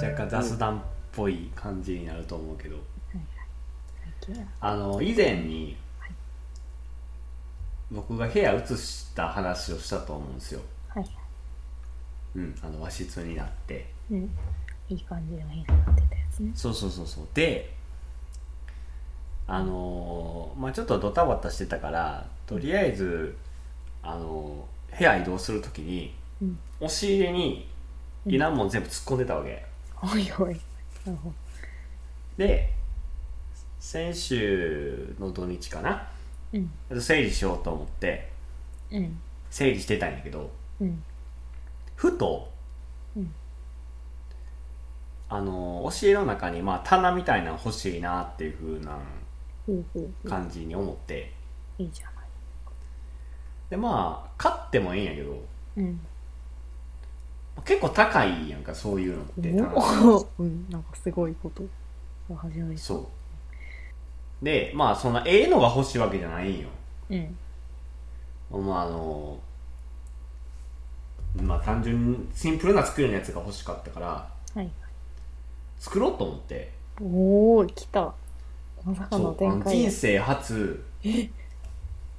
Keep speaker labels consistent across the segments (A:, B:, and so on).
A: なんか雑談っぽい感じになると思うけど、
B: 最近や
A: あの以前に
B: はい
A: 僕が部屋移した話をしたと思うんですよ、
B: はい
A: うん、あの和室になって
B: うんいい感じの部屋になってたやつね
A: そうそうそうそうであのーまあちょっとドタバタしてたからとりあえずあのー部屋移動するときに
B: うん
A: 押し入れにいらんもん全部突っ込んでたわけ、
B: おいおいなるほど
A: で先週の土日かな
B: うん
A: 整理しようと思って
B: うん
A: 整理してたんやけど
B: うん
A: ふと、
B: うん
A: あの押し入れの中に、まあ、棚みたいなの欲しいなっていう風な
B: ほうほうほ
A: 感じに思って
B: ういいじゃない
A: でまあ買ってもいいんやけど
B: うん
A: 結構高いやんかそういうのって棚
B: おおうんなんかすごいことが始まりう
A: そうでまあそんなええのが欲しいわけじゃないんよ
B: うん
A: まああのまあ単純にシンプルな作りのやつが欲しかったから
B: はい
A: 作ろうと思って
B: おお来たまさかの
A: そうあ
B: 展
A: の
B: 開
A: 人生初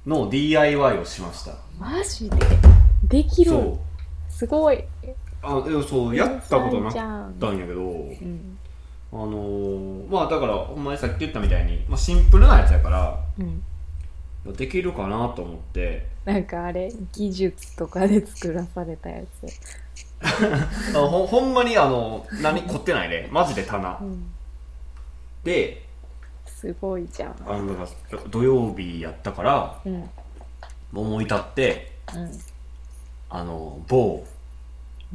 A: の DIY をしました
B: マジでできる
A: そう
B: すごい
A: あでもそうやったことなかっ
B: かった
A: んやけど
B: うん
A: あのーまあだからお前さっき言ったみたいに、まあ、シンプルなやつやから
B: うん
A: できるかなと思って
B: なんかあれ技術とかで作らされたやつ
A: あほほんまにあの何凝ってないねマジで棚
B: うん
A: です
B: ごいじゃん
A: あのだから土曜日やったから
B: うんうん
A: 思い立ってあの某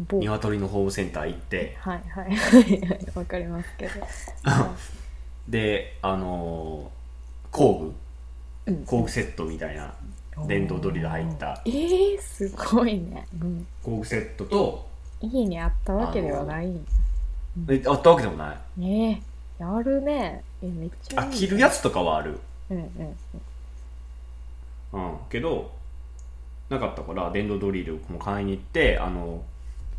B: 某はい
A: 鶏のホームセンター行って
B: はいはいはいわかりますけどは
A: であのー工
B: い
A: 具工具セットみたいな
B: うん
A: 電動ドリル入った
B: えー、すごいね、うん、
A: 工具セットと
B: 家にあったわけではない
A: えあったわけでもない
B: ねえやるねえめっちゃい
A: あ
B: いね
A: 着るやつとかはある
B: うんうん
A: うんけどなかったから電動ドリルも買いに行ってあの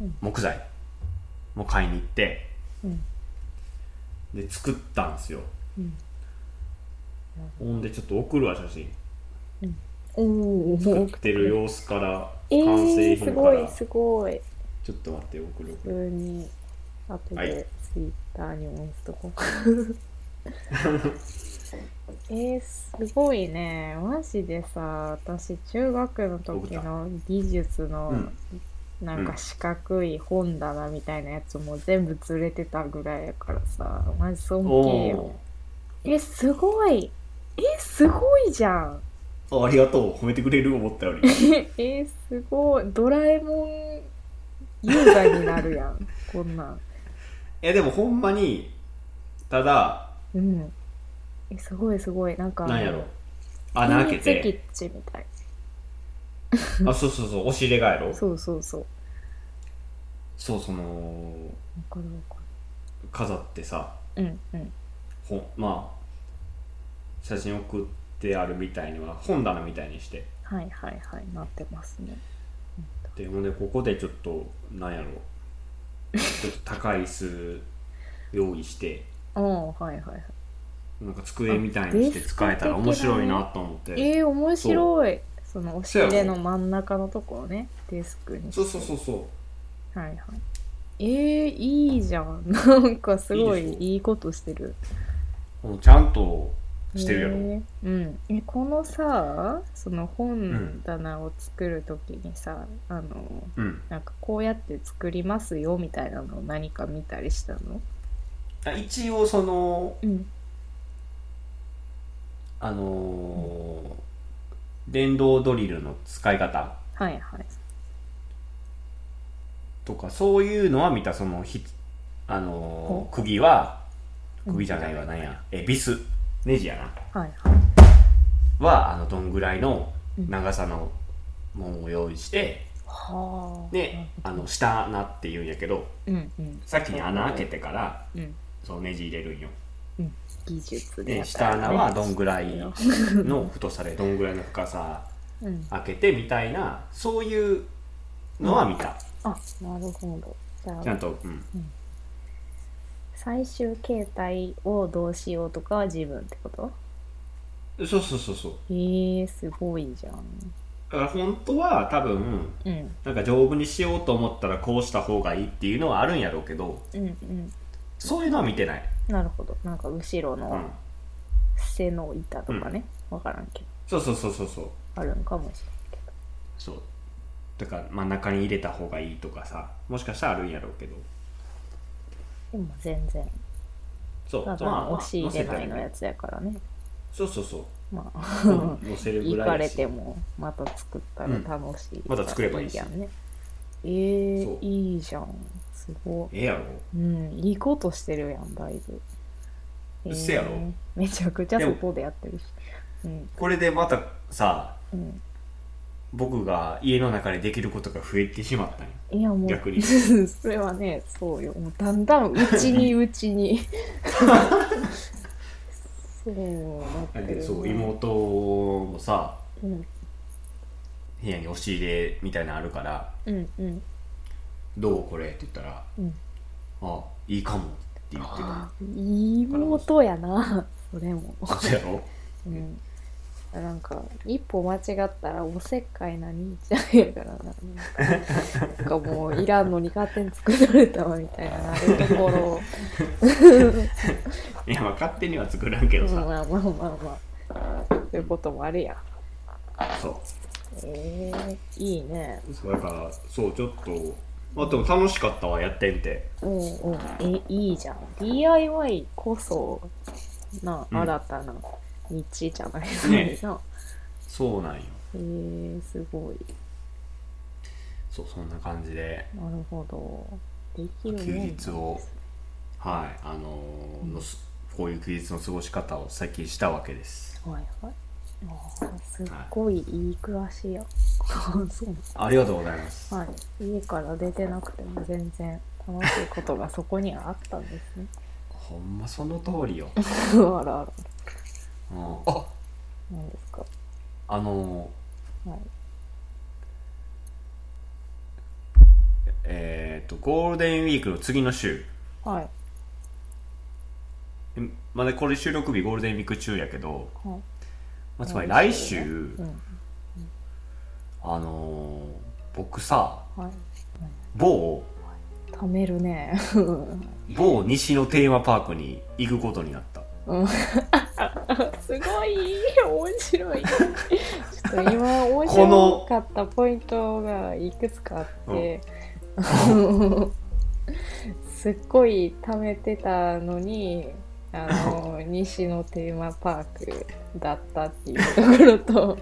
B: うん
A: 木材も買いに行って
B: うん
A: で作ったんですよ
B: うん
A: ほんでちょっと送るわ写真
B: おお
A: 作ってる様子から
B: え
A: 完成
B: ー、
A: 品
B: す
A: か
B: ご
A: ら
B: いすごい
A: ちょっと待って送る
B: 普通に後
A: はい
B: でツイッターにも載せとこう、 えー、すごいねマジでさ私中学の時の技術の
A: うん
B: なんか四角い本棚みたいなやつも全部ずれてたぐらいやからさマジ尊敬よ
A: お
B: えすごいえすごいじゃん
A: ーあありがとう褒めてくれる思ったより
B: えー、すごいドラえもん優雅になるや んこんなん
A: えでもほんまにただ
B: うん。え、すごいすごい。なんか、
A: なんやろ
B: 秘
A: 穴開け
B: 密基
A: て
B: 地みたい。
A: あそうそうそう押し入れがやろ
B: そうそうそう。わ
A: そうその
B: かるわか
A: 飾ってさ
B: る。うんうん。
A: ほまあ写真送ってあるみたいには本棚みたいにして
B: はいはいはい。なってますね。
A: でもねここでちょっとなんやろちょっと高い椅子用意して
B: ああ、はいはいはい。
A: なんか机みたいにして使えたら面白いなと思って
B: えー、面白い。その押し入れの真ん中のところね、デスクに。
A: そうそうそうそう
B: う。はいはい。えー、いいじゃん。なんかすご
A: いい
B: い
A: でしょ
B: いいことしてる。
A: もうちゃんとしてるやろ、
B: へえうん、えこのさその
A: ん
B: 本棚を作るときにさ、あの
A: うん
B: なんかこうやって作りますよみたいなのを何か見たりしたの
A: あ一応その
B: うん
A: あのー電動ドリルの使い方
B: はいはい
A: とかそういうのは見たそのひあのー釘は釘じゃないわなんやえビスネジやな
B: はいはい
A: はあのどんぐらいの長さのもんを用意して、
B: はあ
A: であの下穴っていうんやけど
B: うんうん
A: 先に穴開けてから
B: うん
A: そうネジ入れるんよ
B: うん技術で
A: で
B: やった
A: 下
B: らね
A: 穴はどんぐらいの太さでどんぐらいの深さ
B: うん
A: 開けてみたいなそういうのは見た、
B: あなるほどじゃ
A: ちゃん
B: あ
A: と、うん、
B: 最終形態をどうしようとかは自分ってこと
A: そうそうそうそう
B: えー、すごいじゃん。
A: だから本当は多分
B: うん、
A: なんか丈夫にしようと思ったらこうした方がいいっていうのはあるんやろうけど
B: うん、うん。
A: そういうのは見てない、
B: なるほど。なんか後ろ
A: う
B: の
A: ん、
B: 背の板とかね、わ、からんけど、
A: そうそうそうそうそう
B: あるんかもしれんけ
A: そうだから真ん中に入れた方がいいとかさもしかしたらあるんやろうけど
B: ど。でも全然、
A: そう
B: ただ
A: まあ
B: の押し入れないのや
A: つ
B: つやからね。
A: そうそうそう
B: まあ、
A: 載せるぐ
B: 行
A: ら
B: か
A: いだ
B: れ
A: して
B: もまた作ったら楽しい、
A: また作ればいいし
B: やんねえ
A: そう
B: ー、いいじゃんすごい
A: ええやろ
B: うんいいことしてるやんだいぶ
A: うっせやろ
B: ーめちゃくちゃ
A: でも
B: 外でやってるしうん
A: これでまたさ
B: うん
A: 僕が家の中でできることが増えてしまったんよ
B: いやもう
A: 逆に
B: それはねそうよもうだんだんう ちにうちにそうなって
A: で
B: るな
A: そう妹もさ
B: うん
A: 部屋に押し入れみたいなのあるから
B: うんうん
A: 「どうこれ?」って言ったら
B: うん
A: 「あいいかも」って言って
B: あいい妹やなそれも
A: たそうやろ
B: うん、なんか一歩間違ったらおせっかいな兄ちゃんやからななんかなんかもういらんのに勝手に作られたわみたいななるところ
A: いやまあ勝手には作らんけど
B: うん
A: さ、
B: まあまあまあまあそういうこともあるやん
A: そ
B: えー、いいね
A: うそうだからそうちょっとまあでも楽しかったわやってみて
B: うんうんえいいじゃん DIY こそな
A: うん
B: 新たな道じゃないですか、
A: ね
B: な
A: そうなんよ
B: えー、すごい
A: そうそんな感じで
B: なるほどでき
A: 休
B: るもんなん
A: 日をはいあのー
B: うん
A: のすこういう休日の過ごし方を最近したわけです
B: はいはい。あーすっごいいい暮らしや。 そう
A: ありがとうございます
B: はい。家から出てなくても全然楽しいことがそこにはあったんですね。
A: ほんまその通りよ、
B: あらあら。
A: うん、 あ
B: 何ですか。
A: あのー
B: はい。
A: えっ、とゴールデンウィークの次の週
B: はい。
A: んまだこれ収録日ゴールデンウィーク中やけど、
B: はい。
A: まあ、つまり来週、
B: うん。
A: あのー僕さ
B: はい。
A: 某
B: 貯める ね。
A: 某西のテーマパークに行くことになった
B: うん。すごい面白い。ちょっと今面白かったポイントがいくつかあって、すっごい貯めてたのにあの西のテーマパークだったっていうところと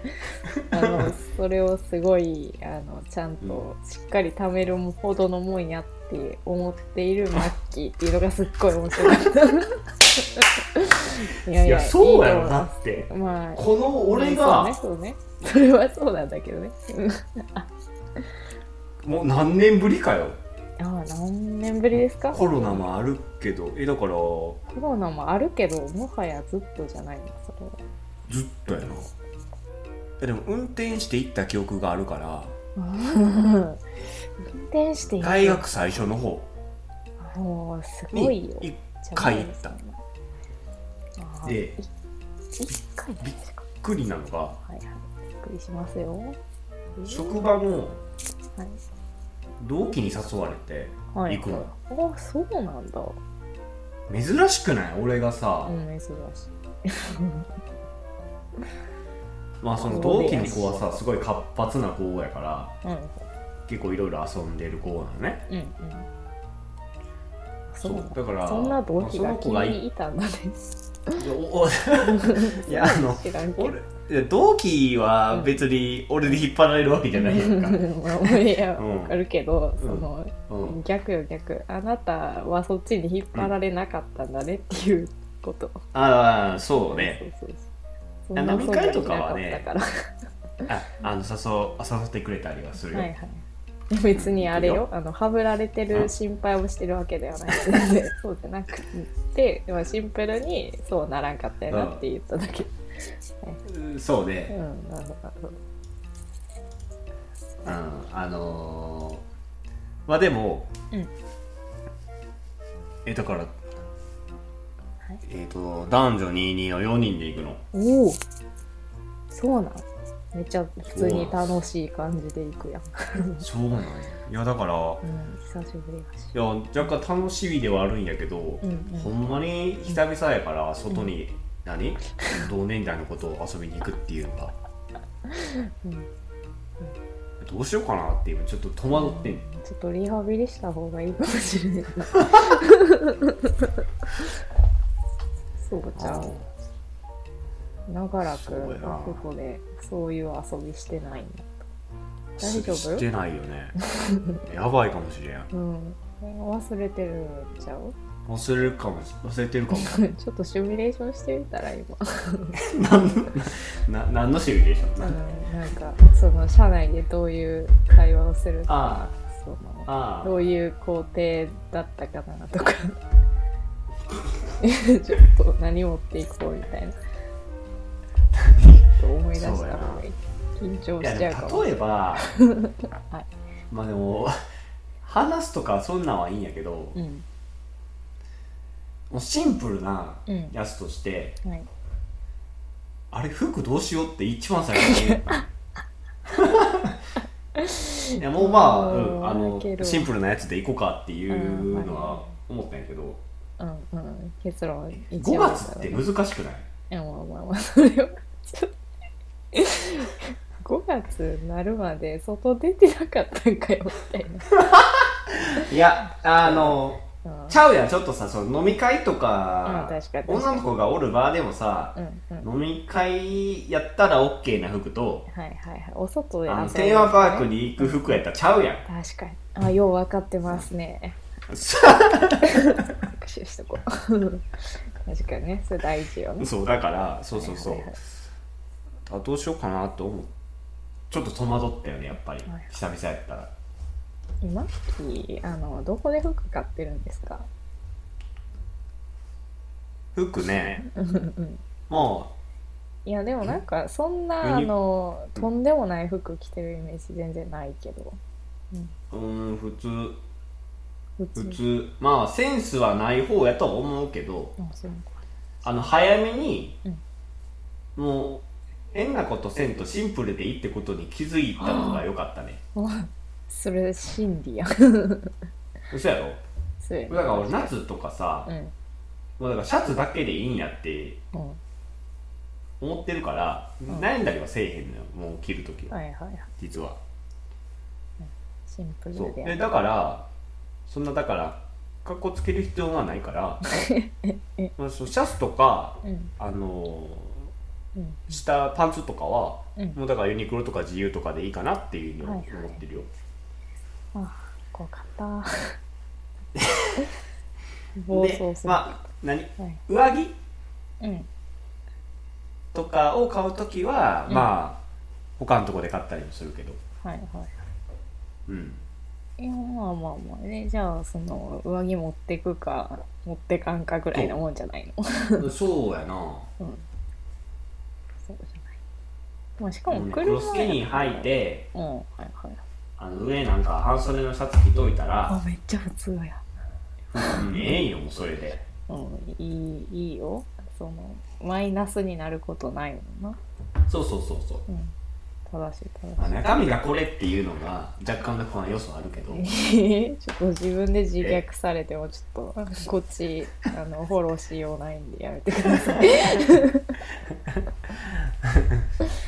B: あのそれをすごいあのちゃんとしっかり貯めるほどのもんやって思っているマッキーっていうのがすっごい面白かった。いやいいと思います
A: って
B: まあ
A: この俺
B: うん
A: が
B: そうねそうねそれはそうなんだけどねうん
A: もう何年ぶりかよ
B: ああ何年ぶりですか
A: コロナもあるけどえだから
B: コロナもあるけどもはやずっとじゃないのそ れは
A: ずっとやなえでも運転して行った記憶があるから
B: 運転していい
A: 大学最初の方
B: もうすごい
A: に
B: よ
A: 1
B: じゃあ
A: 回行った
B: あ
A: びっ
B: あ
A: で
B: い一回ですか
A: くりなのが
B: はいはいびっくりしますよえー
A: 職場も
B: はい
A: 同期に誘われて
B: はい
A: 行くの
B: あそうなんだ
A: 珍しくない俺がさ、
B: うん珍しい
A: まあその同期の子はさすごい活発な子やから
B: うん
A: 結構いろいろ遊んでる子なのね
B: うんうん
A: そ
B: そううなんだ
A: だから
B: そんな同期
A: まあその
B: が
A: 子
B: 君
A: がい
B: にいたんだね
A: おおい やあの
B: 知らんけど
A: 俺いや同期は別に俺で引っ張られるわけじゃないやんか、
B: まあいや
A: うん
B: わかるけど、
A: うん
B: その
A: うん、
B: 逆よ逆あなたはそっちに引っ張られなかったんだねっていうこと、
A: ああそうね
B: そうそうそう
A: いや
B: そんな
A: 飲み会とかはね
B: 遊びなかっ
A: ああの誘誘ってくれたりはす
B: た
A: る
B: から
A: よ、
B: はいはい別にあれよあのはぶられてる心配をしてるわけでは ない全然そうじゃなくて、まあ、シンプルにそうならんかったよなって言っただけ
A: うんそう
B: うん
A: ね、
B: なるほど
A: うん、あのーまあでも、
B: うん
A: えだから
B: はい
A: えっ、と男女22の4人で行くの
B: おおそうなんめっちゃ普通に楽しい感じで行くやん、
A: そうなんやいやだから
B: うん、久しぶりやし
A: いや若干楽しみではあるんやけど、
B: うんうん
A: ほんまに久々やから外に、何同年代の子と遊びに行くっていうのが、
B: うんう
A: どうしようかなって今ちょっと戸惑ってんの
B: ちょっとリハビリした方がいいかもし れないそうじゃん長らく
A: そうやな
B: あそこでそういう遊びしてないんだ大
A: 大
B: 丈夫
A: してないよねやばいかもしれん
B: うん忘れてるんちゃう
A: 忘れるかもし忘れてるかも
B: ちょっとシミュレーションしてみたら今
A: なんな何のシミュレーション
B: あの なんかその社内でどういう会話をするとか
A: あ
B: その
A: あ
B: ど
A: あ
B: ういう工程だったかなとか ちょっと何持っていこうみたいなちょっと思い出した方がいい緊張
A: いや
B: しちゃ
A: で
B: うか
A: も
B: も
A: 例え ば、
B: い
A: まあでも話すとかそんなんはいいんやけど、も
B: うん
A: うシンプルな
B: うん
A: やつとして、
B: はい
A: あれ服どうしようって一番最初に言う いやもうまあ,、うん、あ
B: うん
A: の
B: けど
A: シンプルなやつでいこうかっていうのは思ったんやけど、
B: うんうん結論一
A: 5
B: 応
A: 月って難しくない
B: いやまあまあまあそれは ちょっと5月になるまで外出てなかったんかよみたい
A: いやあの
B: な、うん
A: ちゃうやんちょっとさその飲み会と
B: うん、
A: か,、
B: 確かに確
A: 女
B: か
A: の子がおる場でもさ、
B: にうんうん
A: 飲み会やったら OK な服と
B: はいはいはいお外で
A: あの
B: 遊ぶ
A: テーマパークに行く服やったらちゃうやん
B: 確かにあよう分かってますね 拍手しとこう確かにねそれ大事よね
A: そうだからそうそうそう、
B: はいはい
A: あどうしようかなと思うちょっと戸惑ったよねやっぱり、
B: はい
A: 久々やったら
B: 今きあのどこで服買ってるんですか
A: 服ね
B: うんうん
A: も
B: いやでもなんかそんなあ
A: ユニ
B: のとんでもない服着てるイメージ全然ないけど
A: ううーん普通
B: 普
A: 普
B: 通
A: 通まあセンスはない方やとは思うけど
B: あそう
A: あの早めに、
B: うん
A: もう変なことせんとシンプルでいいってことに気づいたのが良かったね
B: それ心理やん
A: 嘘やろ
B: それ
A: だから俺夏とかさ、
B: うん
A: もうだからシャツだけでいいんやって
B: うん
A: 思ってるから、
B: ん
A: 悩んだりはせえへんのよもう着るときは、
B: はいはいはい
A: 実は
B: シンプル
A: そう
B: で
A: でだからそんなだから格好つける必要はないから まあそうシャツとか
B: うん
A: あの
B: うん
A: ー下パンツとかは、
B: うん
A: もうだからユニクロとか自由とかでいいかなっていうのを
B: は
A: 思
B: いはい
A: ってるよ、
B: あ怖かった 暴走する
A: でまあ何
B: はい
A: 上着
B: うん
A: とかを買うときは、
B: うん
A: まあ他のとこで買ったりもするけど
B: はいは
A: うん
B: いいやまあまあまあねじゃあその上着持ってくか持ってかんかぐらいなもんじゃないの
A: そうやな
B: うんそうじゃないまあしか
A: う
B: も
A: ん
B: 車
A: 黒スキニー履いて
B: うんはいはい
A: あの上なんか半袖のシャツ着といたら
B: あめっちゃ普通や
A: うんええよもうそれで
B: うんいいいいよそのマイナスになることないもんな
A: そうそうそうそう、
B: うん正しい正しい
A: まあ、中身がこれっていうのが若干の不安要素はあるけど
B: えー ちょっと自分で自虐されてもちょっとこっちあのフォローしようないんでやめてください。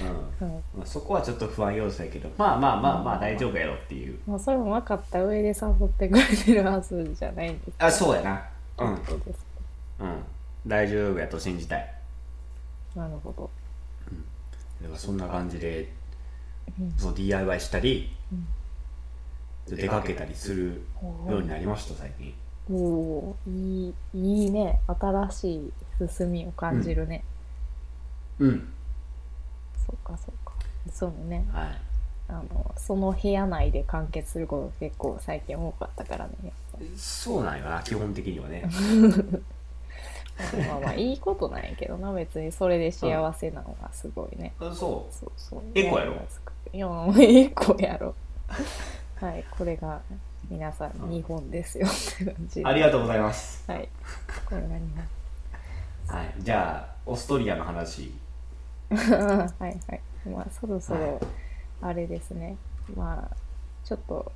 A: うん
B: うん
A: まあ、そこはちょっと不安要素やけどまあまあまあまあ大丈夫やろっていう
B: まあ、それも分かった上で誘ってくれてるはずじゃないんです
A: あそうやなう
B: ってことです
A: んうん大丈夫やと信じたい
B: なるほど。
A: だからそんな感じで
B: うん
A: そう DIY したり、
B: うん
A: 出かけたりするようになりました最近
B: おおーいいいいね新しい進みを感じるね。
A: うん
B: そうかそうか。そうね
A: はい
B: あのその部屋内で完結すること結構最近多かったからね。
A: そうなんよな基本的にはね
B: まあまあいいことなんやけどな別にそれで幸せなのがすごいね。
A: そ
B: そうそう。
A: エコやろ
B: いや、もうエコやろ。はい、これが皆さん
A: うん
B: 日本ですよって感じ
A: う
B: で。
A: ありがとうございます
B: はい。これが日本。
A: はい、じゃあオーストリアの話
B: はいはい。まあ、そろそろ、あれですね。まあ、ちょっと、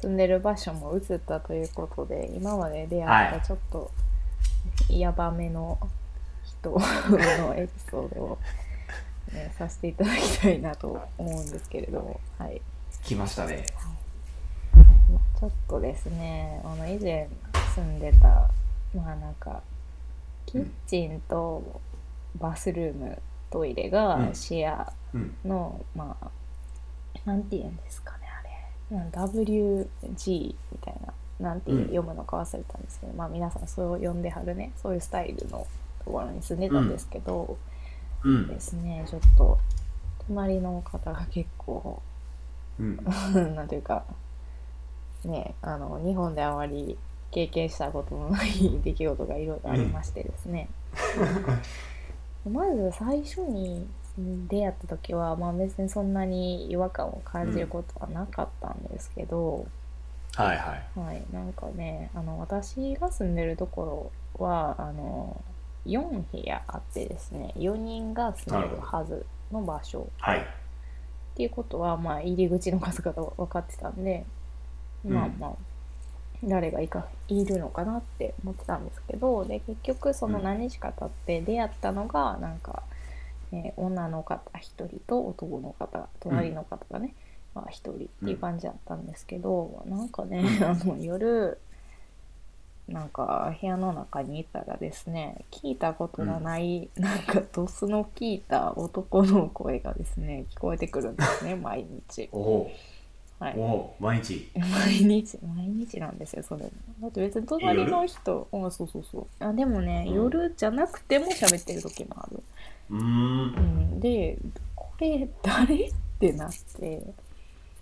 B: 住んでる場所も移ったということで、今まで出会っ
A: は
B: たちょっと、やばめの人 のエピソードを、ね、させていただきたいなと思うんですけれども、はい。
A: 来ましたね
B: まあちょっとですね、あの以前住んでた、まあなんか、キッチンとバスルーム、トイレが
A: うん
B: シェア
A: うん
B: の、まあ、なんて言うんですかね、あれ。なん WG みたいな、なんて
A: うん
B: 読むのか忘れたんですけど、まあ皆さんそう呼んではるね、そういうスタイルのところに住んでたんですけど、
A: う
B: で
A: ん
B: すね、ちょっと、隣の方が結構、
A: うん
B: なんていうか、ね、あの、日本であまり経験したことのない出来事がいろいろありましてですね。まず最初に出会った時は、まあ別にそんなに違和感を感じることはなかったんですけど、
A: はいはい
B: はい、なんかね、あの、私が住んでるところは、あの、4部屋あってですね、4人が住めるはずの場所。
A: はい
B: っていうことは、まあ、入り口の数々は分かってたんで、
A: うん
B: まあまあ、誰がいかいるのかなって思ってたんですけどで結局その
A: うん
B: 何日か経って出会ったのがなんか、えー女の方1人と男の方隣の方がね、まあ、1人っていう感じだったんですけど、なんかねあの夜なんか部屋の中にいたらですね聞いたことがない、なんかドスの効いた男の声がですね聞こえてくるんで すね毎日
A: おお
B: はい
A: おお毎日
B: 毎日毎日なんですよそれもだって別に隣の人あそうそうそうあでもね、
A: うん
B: 夜じゃなくても喋ってる時もある、
A: うーん
B: うん、でこれ誰ってなって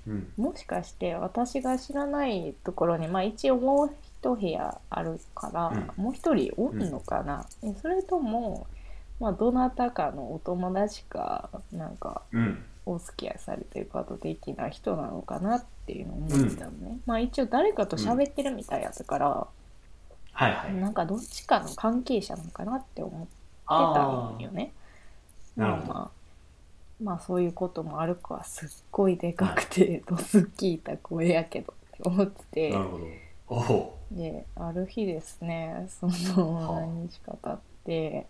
A: うん
B: もしかして私が知らないところにまあ一応もう一部屋あるから、もう一人おるのかな、えそれともまあどなたかのお友達かなんか
A: うん
B: お付き合いされてる方的な人なのかなっていうのを思ってたのね、まあ一応誰かと喋ってるみたいやったから、
A: はいはい
B: なんかどっちかの関係者なのかなって思って
A: あ
B: たんよ
A: あ
B: ね
A: なる
B: まあ
A: ほど
B: まあまあそういうこともあるかすっごいでかくてどすっきいた声やけどって思ってて
A: なるほどおお
B: である日ですねその
A: はあ
B: 何日か経って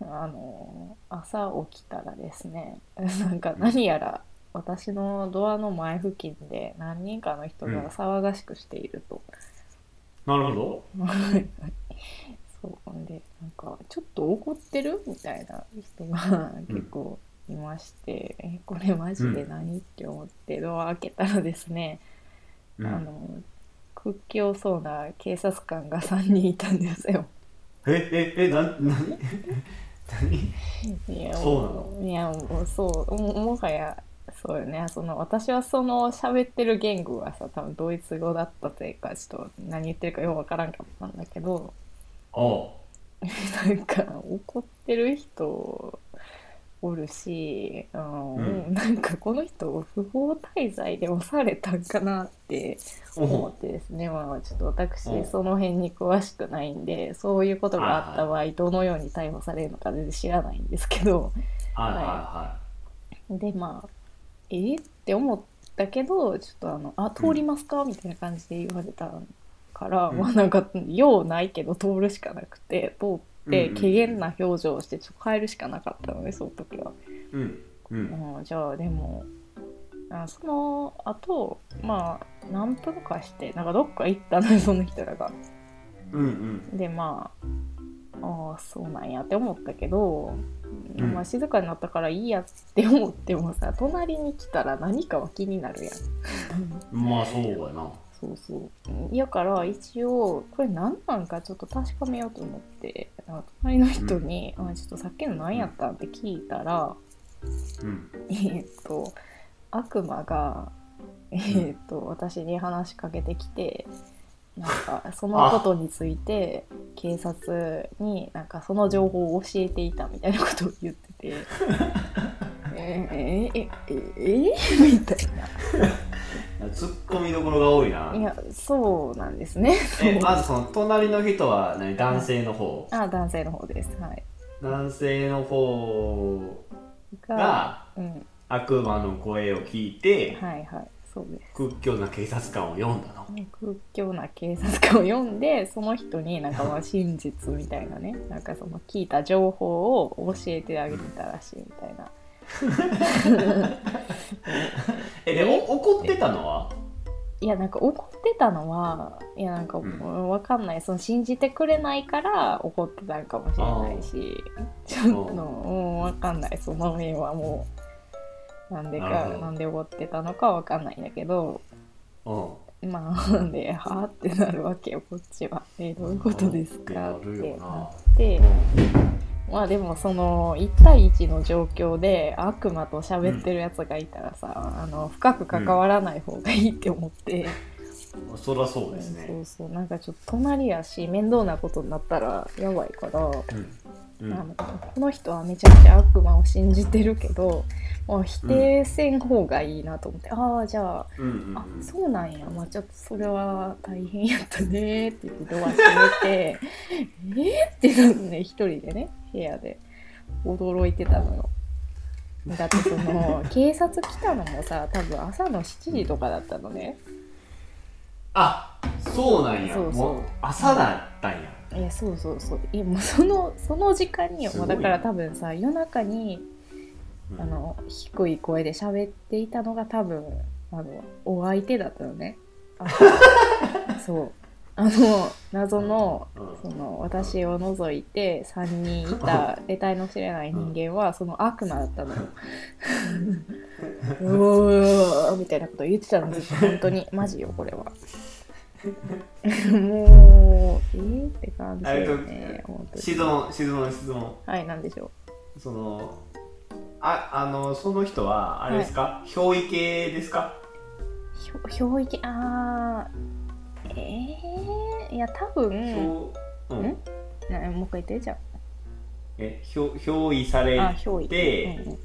B: あの朝起きたらですねなんか何やら私のドアの前付近で何人かの人
A: うん
B: が騒がしくしていると、
A: なるほど
B: そうでなんかちょっと怒ってるみたいな人が
A: うん
B: 結構いまして、えこれマジで何、って思ってドア開けたらですね、
A: うん
B: あの屈強そうな警察官が3人いたんで すよ。
A: えええななに何
B: いや
A: そうな
B: もういやもうそうももはやそうよねその私はその喋ってる言語がさ多分ドイツ語だったというかちょっと何言ってるかよくわからんかったんだけど
A: おお
B: なんか怒ってる人おるし、うん
A: う
B: なんかこの人不法滞在でもされたんかなって
A: お
B: 思っ
A: お
B: てですね、まあ、ちょっと私
A: うん
B: その辺に詳しくないんでそういうことがあった場
A: は
B: 合どのように逮捕されるのか全然知らないんですけど
A: はいはいは
B: でまあえって思ったけどちょっとあの「あ通りますか?」みたいな感じで言われたから、
A: うん
B: まあなんか用ないけど通るしかなくて通って
A: うんうん
B: 怪訝な表情をしてちょっと帰るしかなかったのでその時は。
A: いうんうん
B: うん、じゃあでもあその後まあ何分かしてなんかどっか行ったのよその人らが。
A: うんうん
B: でまあああそうなんやって思ったけど、
A: うん
B: まあ、静かになったからいいやって思ってもさ隣に来たら何かは気になるやん。
A: まあそうやな
B: そうそうやから一応これ何なんかちょっと確かめようと思ってなんか隣の人に、あ「ちょっとさっきの何やったん?」って聞いたら。
A: うん
B: えーっと悪魔が、えーっと私に話しかけてきてなんかそのことについて警察になんかその情報を教えていたみたいなことを言っててえーえーえーえーえーみたいな
A: あちょっ突っ込みどころが多いない
B: やそうなんですね
A: えまずその隣の人は何男性の方
B: あ男性の方ですはい
A: 男性の方
B: が
A: が
B: うん
A: 悪魔の声を聞いて
B: はいはいそうです
A: 屈強な警察官を読んだの
B: 屈強な警察官を読んでその人になんかまあ真実みたいなねなんかその聞いた情報を教えてあげてたらしいみたいな
A: えで
B: え
A: お怒ってたのはい
B: やなんか怒ってたのはいやなんか、
A: うん
B: わかんないその信じてくれないから怒ってたんかもしれないしちょっと
A: あー
B: もうわかんないその面はもうなんでか
A: なるほど
B: なんで怒ってたのかわかんないんだけど
A: うん
B: まあなんではあってなるわけよこっちは「えどういうことですか?」っ
A: ってなる
B: て
A: よ
B: な
A: な
B: って
A: う
B: まあでもその1対1の状況で悪魔と喋ってるやつがいたらさ、あの深く関わらない方がいいって思って。
A: んそりゃそうです
B: そ
A: ね
B: うそうなんかちょっと隣やし面倒なことになったらやばいから、
A: うんう
B: あ
A: ん
B: のこの人はめちゃくちゃ悪魔を信じてるけどもう否定せん方がいいなと思って、ああじゃあ
A: うんうん
B: あ
A: うん
B: そうなんやまあちょっとそれは大変やったねって言ってドア閉めて えーってなるね一人でね部屋で驚いてたのよだってその警察来たのもさ多分朝の7時とかだったのね
A: あそうなんや
B: そうそう
A: もう朝だったんや
B: えそうそうそうえもうそのその時間には
A: すごい
B: だから多分さ夜中に、
A: うん
B: あの低い声で喋っていたのが多分あのお相手だったのねあ そうあの謎の
A: うん
B: その私を除いて3人いた得体の知れない人間はその悪魔だったのよ。うおーみたいなこと言ってたのずっと本当にマジよこれは。もうえー、って感じだよね本当に
A: 質問質問質問
B: はいなんでしょ
A: そのああのその人はあれですか、憑依系ですか
B: うひょ憑依系あーえー、いや多分
A: 憑うん
B: んなもう一回言ってじゃ
A: え憑憑依され
B: ああ憑依
A: で
B: うん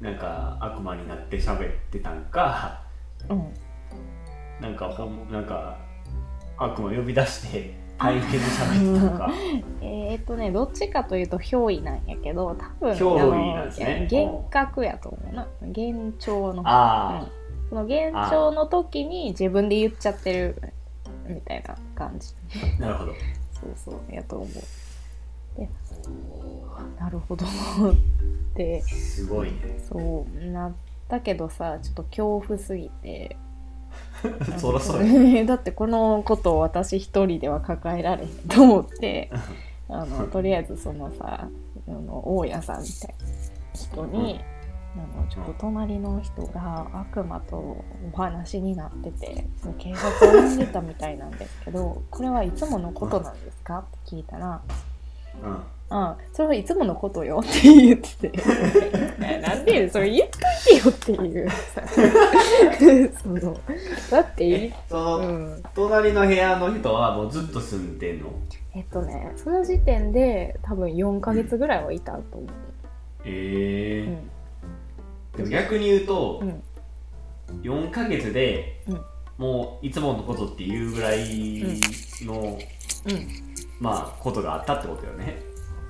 A: なんか悪魔になって喋ってたんか
B: うんうん、うん
A: なんかほんなんか悪魔呼び出して大変で喋ってたん か
B: えーっとねどっちかというと憑依なんやけど多分
A: 憑依なんですね
B: あの幻覚やと思うな幻聴の、う
A: あ
B: ん、その幻聴の時に自分で言っちゃってるみたいな感じ
A: あ、なるほど
B: そうそうやと思うでなるほど って
A: すごい ね
B: そうなったけどさちょっと恐怖すぎて
A: そらそうや
B: ね だってこのことを私一人では抱えられへんと思って あのとりあえずそのさあの大家さんみたいな人に、あのちょっと隣の人が悪魔とお話になっててその警察を呼んでたみたいなんですけどこれはいつものことなんですかって聞いたら
A: うん
B: あそれはいつものことよって言ってて ななんでそれ言っといてよっていうさ そのだっていい、
A: そうの、
B: ん、
A: 隣の部屋の人はもうずっと住んでんの
B: えっとねその時点で多分4ヶ月ぐらいはいたと思
A: え
B: う、
A: え
B: う
A: で
B: ん
A: も逆に言うと、
B: うん
A: 4ヶ月で、
B: うん
A: もういつものことっていうぐらいの、
B: うん、
A: まあことがあったってことよね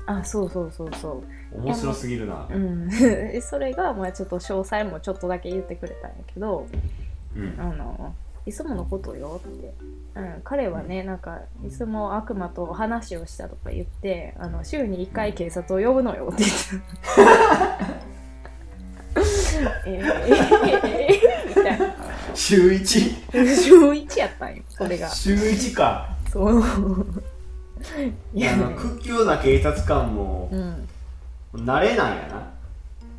B: あそうそうそうそ
A: 面白すぎるな
B: う、うん、 でそれがまあちょっと詳細もちょっとだけ言ってくれたんやけど
A: うん
B: あのいつものことよって、うん、彼はねなんかいつも悪魔と話をしたとか言ってあの週に1回警察を呼ぶのよって 言ってた。えーえーみたいな
A: 週一
B: 小一やったんよそれが
A: 週一か
B: そうい
A: あの屈強な警察官も
B: うん
A: 慣れないや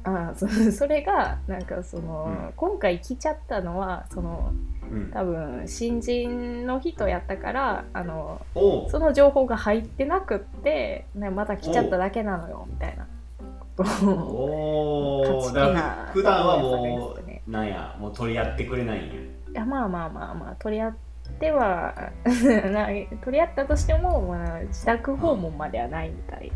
A: な
B: ああそ それがなんかその、
A: うん
B: 今回来ちゃったのはその
A: うん
B: 多分新人の人やったからあの
A: おう
B: その情報が入ってなくって、ね、また来ちゃっただけなのよみたいなことを
A: お
B: 勝
A: ー
B: ち気
A: だ
B: な
A: から普段はも
B: そうですね
A: うなんやもう取り合ってくれないんや
B: いやまあまあまあまあ取り合っては な取り合ったとしても、まあ、自宅訪問まではないみたい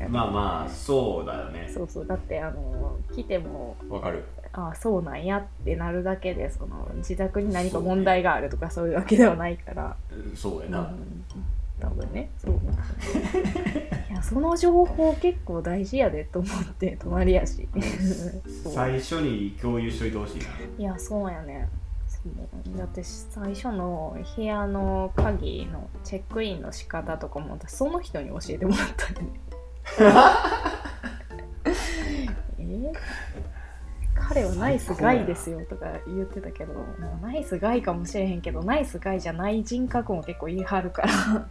B: な、
A: まあまあそうだよね
B: そうそうだってあの来ても
A: わかる
B: ああそうなんやってなるだけでその自宅に何か問題があるとかそういうわけではないから
A: そうや
B: う
A: な、
B: ん、多分ねそういやその情報結構大事やでと思って泊まりやし そう
A: 最初に共有しといてほしいない
B: やそうやねそうだって最初の部屋の鍵のチェックインの仕方とかも私その人に教えてもらったよね え彼はナイスガイですよとか言ってたけどまあナイスガイかもしれへんけどナイスガイじゃない人格も結構言い張るから
A: や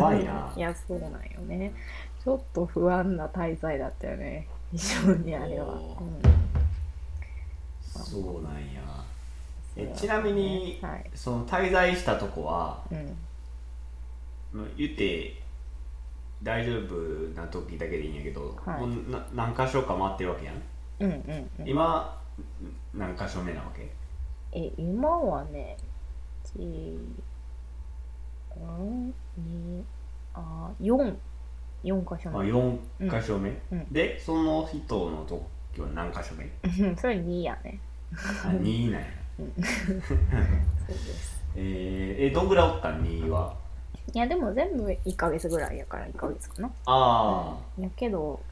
A: ばいな
B: いやそうなんよねちょっと不安な滞在だったよね非常にあれは、
A: おーそうなんや
B: うん
A: えちなみに
B: はい
A: その滞在したとこは
B: うん、
A: もう言って大丈夫な時だけでいいんやけど、
B: はい
A: もうな何箇所か回ってるわけやん
B: うんうんうん
A: 今何箇所目なわけ
B: え、今はね、ち、うん、に、あ、四、四箇所
A: まあ、
B: 目。
A: 4箇所目、
B: うん
A: でその人の時は何箇所 目
B: うんそれ二やね。
A: あ2位なんや
B: そうです。
A: えーえどんぐらいおったん2位はい
B: や、でも全部一ヶ月ぐらいやから、一ヶ月かな。
A: ああ
B: やけど、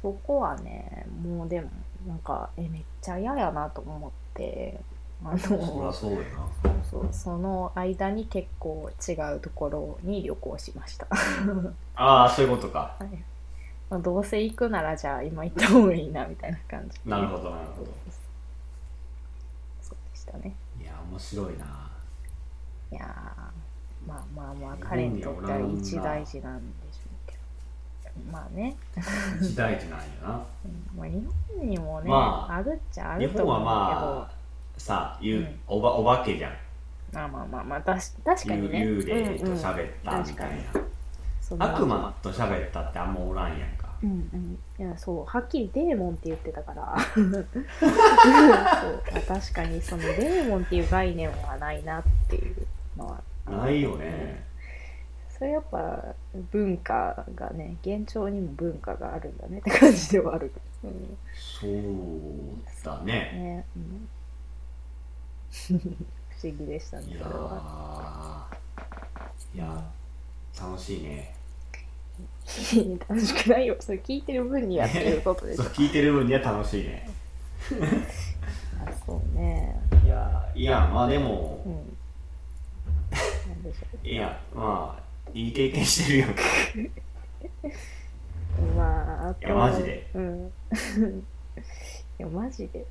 B: そこはね、もうでも、なんか、え、めっちゃ嫌やなと思って。あの、
A: そりゃそうやな
B: そうその間に結構違うところに旅行しました。
A: ああそういうことか
B: はいまあ、どうせ行くならじゃあ今行った方がいいなみたいな感じで
A: なるほどなるほど
B: そうでしたね
A: いや面白いない
B: やーまあまあまあ
A: 日
B: 彼
A: 本
B: に
A: に
B: と
A: は
B: っ
A: お
B: て
A: ら
B: は
A: んな
B: 一大事なんでしょうけどまあね、
A: 一大事なんやな
B: うんまあ、日本にもね、
A: まあ
B: あ、るっちゃあ
A: 日
B: ると
A: 本
B: 思う
A: は
B: けど、
A: まあさあ言う、
B: うん
A: おばお化けじゃん
B: まあ、まあまあまあたし確かにね
A: 幽幽霊と
B: うんうん
A: 喋ったみたいな、
B: その
A: 悪魔と喋ったってあんまおらんやんか
B: うんうん、いやそうはっきりデーモンって言ってたから そう確かにそのデーモンっていう概念はないなっていうのは
A: ないよね
B: それやっぱ文化がね現状にも文化があるんだねって感じではある、うん
A: そうだね
B: ねうん不思議でしたね
A: いや
B: それは
A: ーいや楽しいね
B: 楽しくないよそれ聞いてる分にはっていうことでし
A: そ
B: ょ
A: う聞いてる分には楽しいね
B: あそうね
A: いやいやまあでも、
B: うんなんでしょう
A: いやまあいい経験してるやんか
B: まあ、あと
A: いやマジで。
B: うん。 いや、マジで。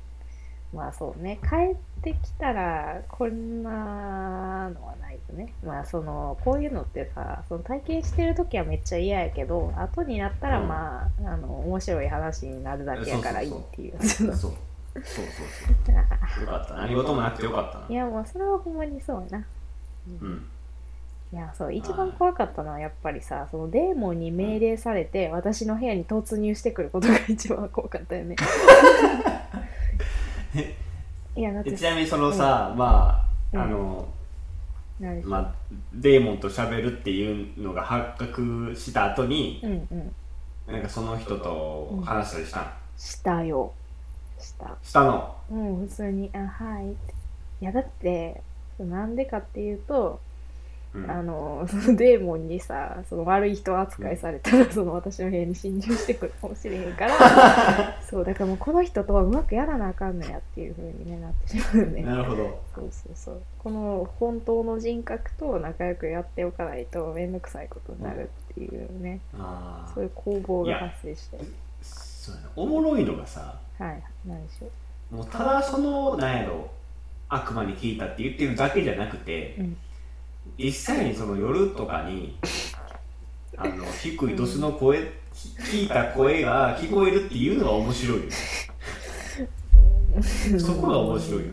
B: まあそうね、帰ってきたら、こんなのはないよね。まあその、こういうのってさ、その体験してる時はめっちゃ嫌やけど、後になったら
A: うん
B: まあ、あの、面白い話になるだけやからいいっていう。そ
A: そう
B: の
A: そうそうそうよかった何事もなくてよかった
B: い
A: な
B: や、もうそれはほんまにそうやな。うん
A: うん
B: いやそう一番怖かったのはやっぱりさそのデーモンに命令されて私の部屋に突入してくることが一番怖かったよね。 いやだっ
A: で
B: て
A: ちなみにそのさ、まあ、
B: うん
A: あの、
B: なんでしょう
A: まあ、デーモンと喋るっていうのが発覚した後に、
B: うんうん
A: なんかその人と話したりしたん、
B: したよした
A: したの
B: うん普通に「あはい」っていやだってなんでかっていうと、
A: うん
B: あの そのデーモンにさその悪い人扱いされたら、その私の部屋に侵入してくるかもしれへんから そうだからもうこの人とはうまくやらなあかんのやっていうふうに、ね、なってしまうね
A: なるほど
B: そうそうそうこの本当の人格と仲良くやっておかないと面倒くさいことになるっていうね、
A: ああ
B: そういう攻防が発生して
A: そうやなおもろいのがさ
B: はい何でしょう
A: もうただそのなんやろ悪魔に聞いたって言ってるだけじゃなくて、
B: うん
A: 実際にその夜とかにあの低いドスの声、ひ聞いた声が聞こえるっていうのが面白いよねそこが面白いよね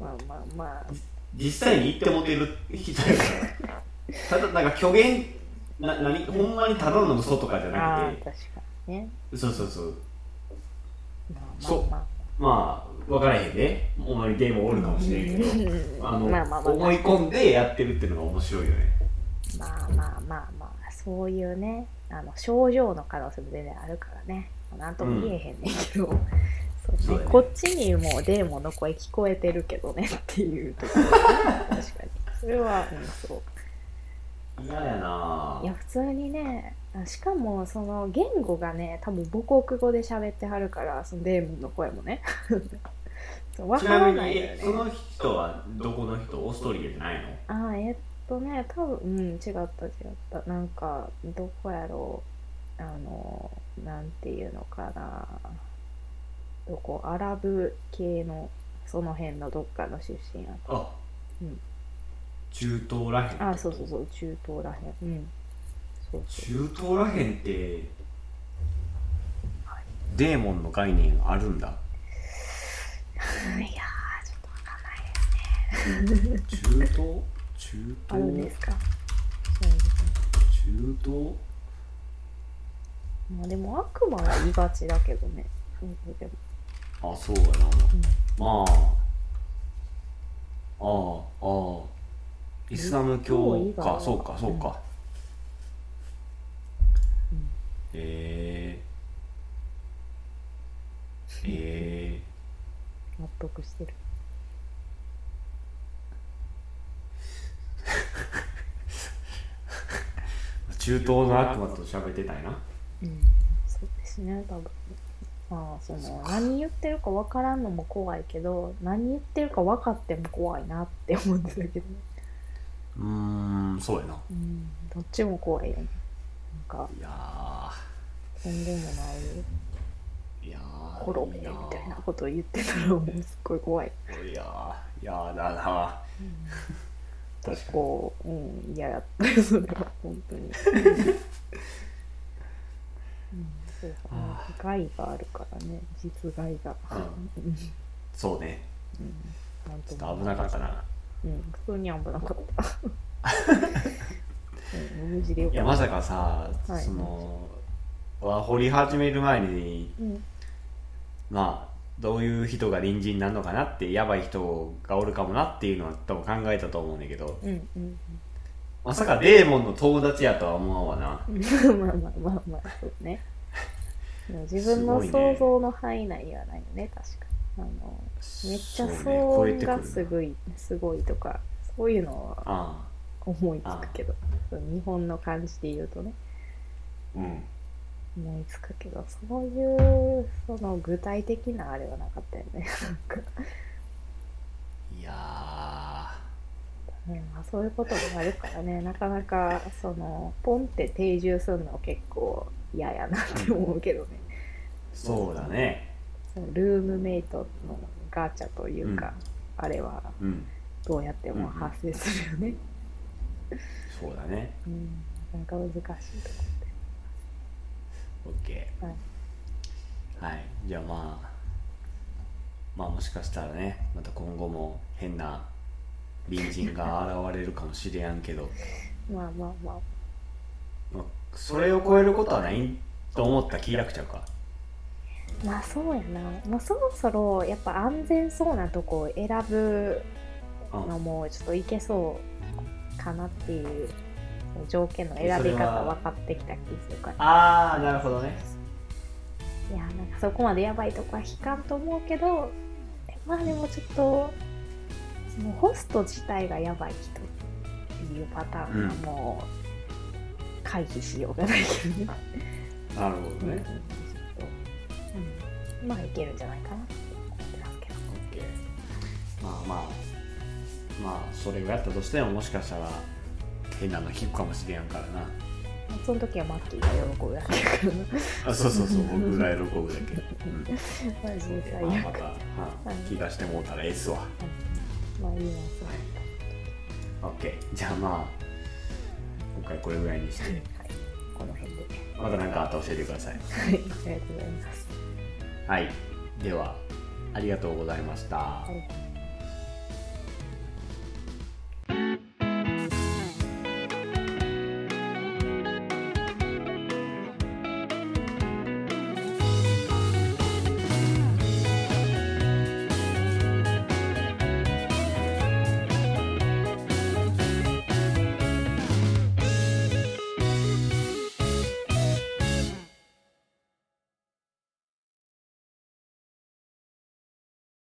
B: まあまあまあ
A: 実際に言ってもてる人やからただなんか虚言な何ほんまにただの嘘とかじゃ
B: あ
A: な
B: ー
A: く
B: 確
A: て
B: かにね
A: そうそうそう
B: まあ
A: そう
B: まあ
A: まあ分からへんねほんまにデーモンおるかもしれんけど
B: まあ
A: あの、
B: まあまあまあ
A: 思い込んでやってるっていうのが面白いよね
B: まあまあまあまあそういうねあの症状の可能性も全然あるからねなんとも言えへんねんけど、そうね
A: そうだね
B: こっちにもデーモンの声聞こえてるけどねっていうとこ ろ、ね、確かにそれは、うん、そう
A: 嫌やない
B: や普通にねあしかもその言語がね多分母国語で喋ってはるからそのデーモンの声もね そうわ
A: ち
B: か
A: な
B: ら
A: み
B: ない
A: に
B: よね
A: えその人はどこの人オーストリアじゃないの
B: あーえっとね多分うん違った違ったなんかどこやろうあのなんていうのかなどこアラブ系のその辺のどっかの出身や
A: あ、
B: うん
A: 中東らへんってこと
B: あそうそうそう中東らへんうんそうそう
A: 中東らへんってデーモンの概念あるんだ
B: いやーちょっとわかんない
A: 中東中
B: あるんで
A: 東
B: すかそうですね
A: 中東
B: まあでも悪魔は言いがちだけどね。うんでも
A: あそうやな、まあああああイスラム教か
B: 日本以外は
A: そうかそうか、
B: うん
A: えー、え
B: 納得してる。
A: ー、中東の悪魔と喋ってたいな
B: うん、そうですね、多分。まあ、その何言ってるか分からんのも怖いけど何言ってるか分かっても怖いなって思ってたけど、
A: うーんそうやな
B: うん、どっちも怖いよねなんか
A: いや
B: とんでもない
A: ーいやー
B: コロベみたいなことを言ってたらもうすっごい怖い、
A: いやーいやーだな確か
B: 結
A: に
B: 構、うん、嫌やったよそれは本当に、うん、そうか
A: あ
B: 害があるからね実害が、
A: う
B: うん
A: そうね
B: うんなん
A: ちょ
B: と
A: っ
B: も
A: と危なかったな
B: うん普通に危なかった、 うん、無事でよ
A: いや
B: か
A: ま
B: った
A: さかさ、
B: はい
A: そのは掘り始める前に
B: うん
A: まあどういう人が隣人になるのかなってやばい人がおるかもなっていうのは多分考えたと思うんだけど
B: うんうん
A: まさかデーモンの友達やとは思わんわな
B: うんまあまあまあまあそうねでも自分の
A: すごいね
B: 想像の範囲内にはないよね確かにあのめっち
A: そう
B: ゃ
A: ね
B: 騒
A: 超え
B: 音
A: てくる
B: が
A: な
B: すごい、すごいとかそういうのは
A: あ
B: 思いつくけどそう日本の感じで言うとね
A: あうん
B: 思いつくけどそういうその具体的なあれはなかったよねなんか、
A: いやー
B: ねまあ、そういうこともあるからねなかなかそのポンって定住するの結構嫌やなって思うけどね
A: そうだね
B: そのルームメイトのガチャというか、あれは
A: うん
B: どうやっても発生するよね、
A: そうだね
B: うん、なかなか難しいとこ
A: OK
B: はい
A: はいじゃあまあまあもしかしたらねまた今後も変な隣人が現れるかもしれやんけど
B: まあまあまあ
A: まあそれを超えることはないと思ったら気楽ちゃうか
B: まあそうやな、まあ、そろそろやっぱ安全そうなとこを選ぶ
A: うん
B: のもちょっといけそうかなっていう条件の選
A: そ
B: び
A: れ
B: 方
A: は
B: 分かってきた気するから
A: ああなるほどね
B: いやなんかそこまでやばいとこは引かんと思うけどまあでもちょっとそのホスト自体がやばい人っていうパターンはもう回避しようがないけどね。
A: なるほ
B: う
A: ど
B: ん
A: ね、
B: うんまあいけるんじゃないかなって思ってますけ
A: OK
B: ど。
A: まあまあまあそれをやったとしてももしかしたら変なの引くかもしれんからな
B: その時はマッキーが喜ぶだけやからな。
A: あそうそう そう僕が喜ぶだけ、うん
B: マジで最
A: まあ
B: 悪。
A: また、はい
B: はい
A: 気がしてもうたらええっすわ。
B: まあいいな、それ。
A: オッケー。じゃあまあ、今回これぐらいにして、
B: はい、この辺で。
A: また何かあったら教えてください。
B: はい、ありがとうございます。
A: はい。では、ありがとうございました。
B: はい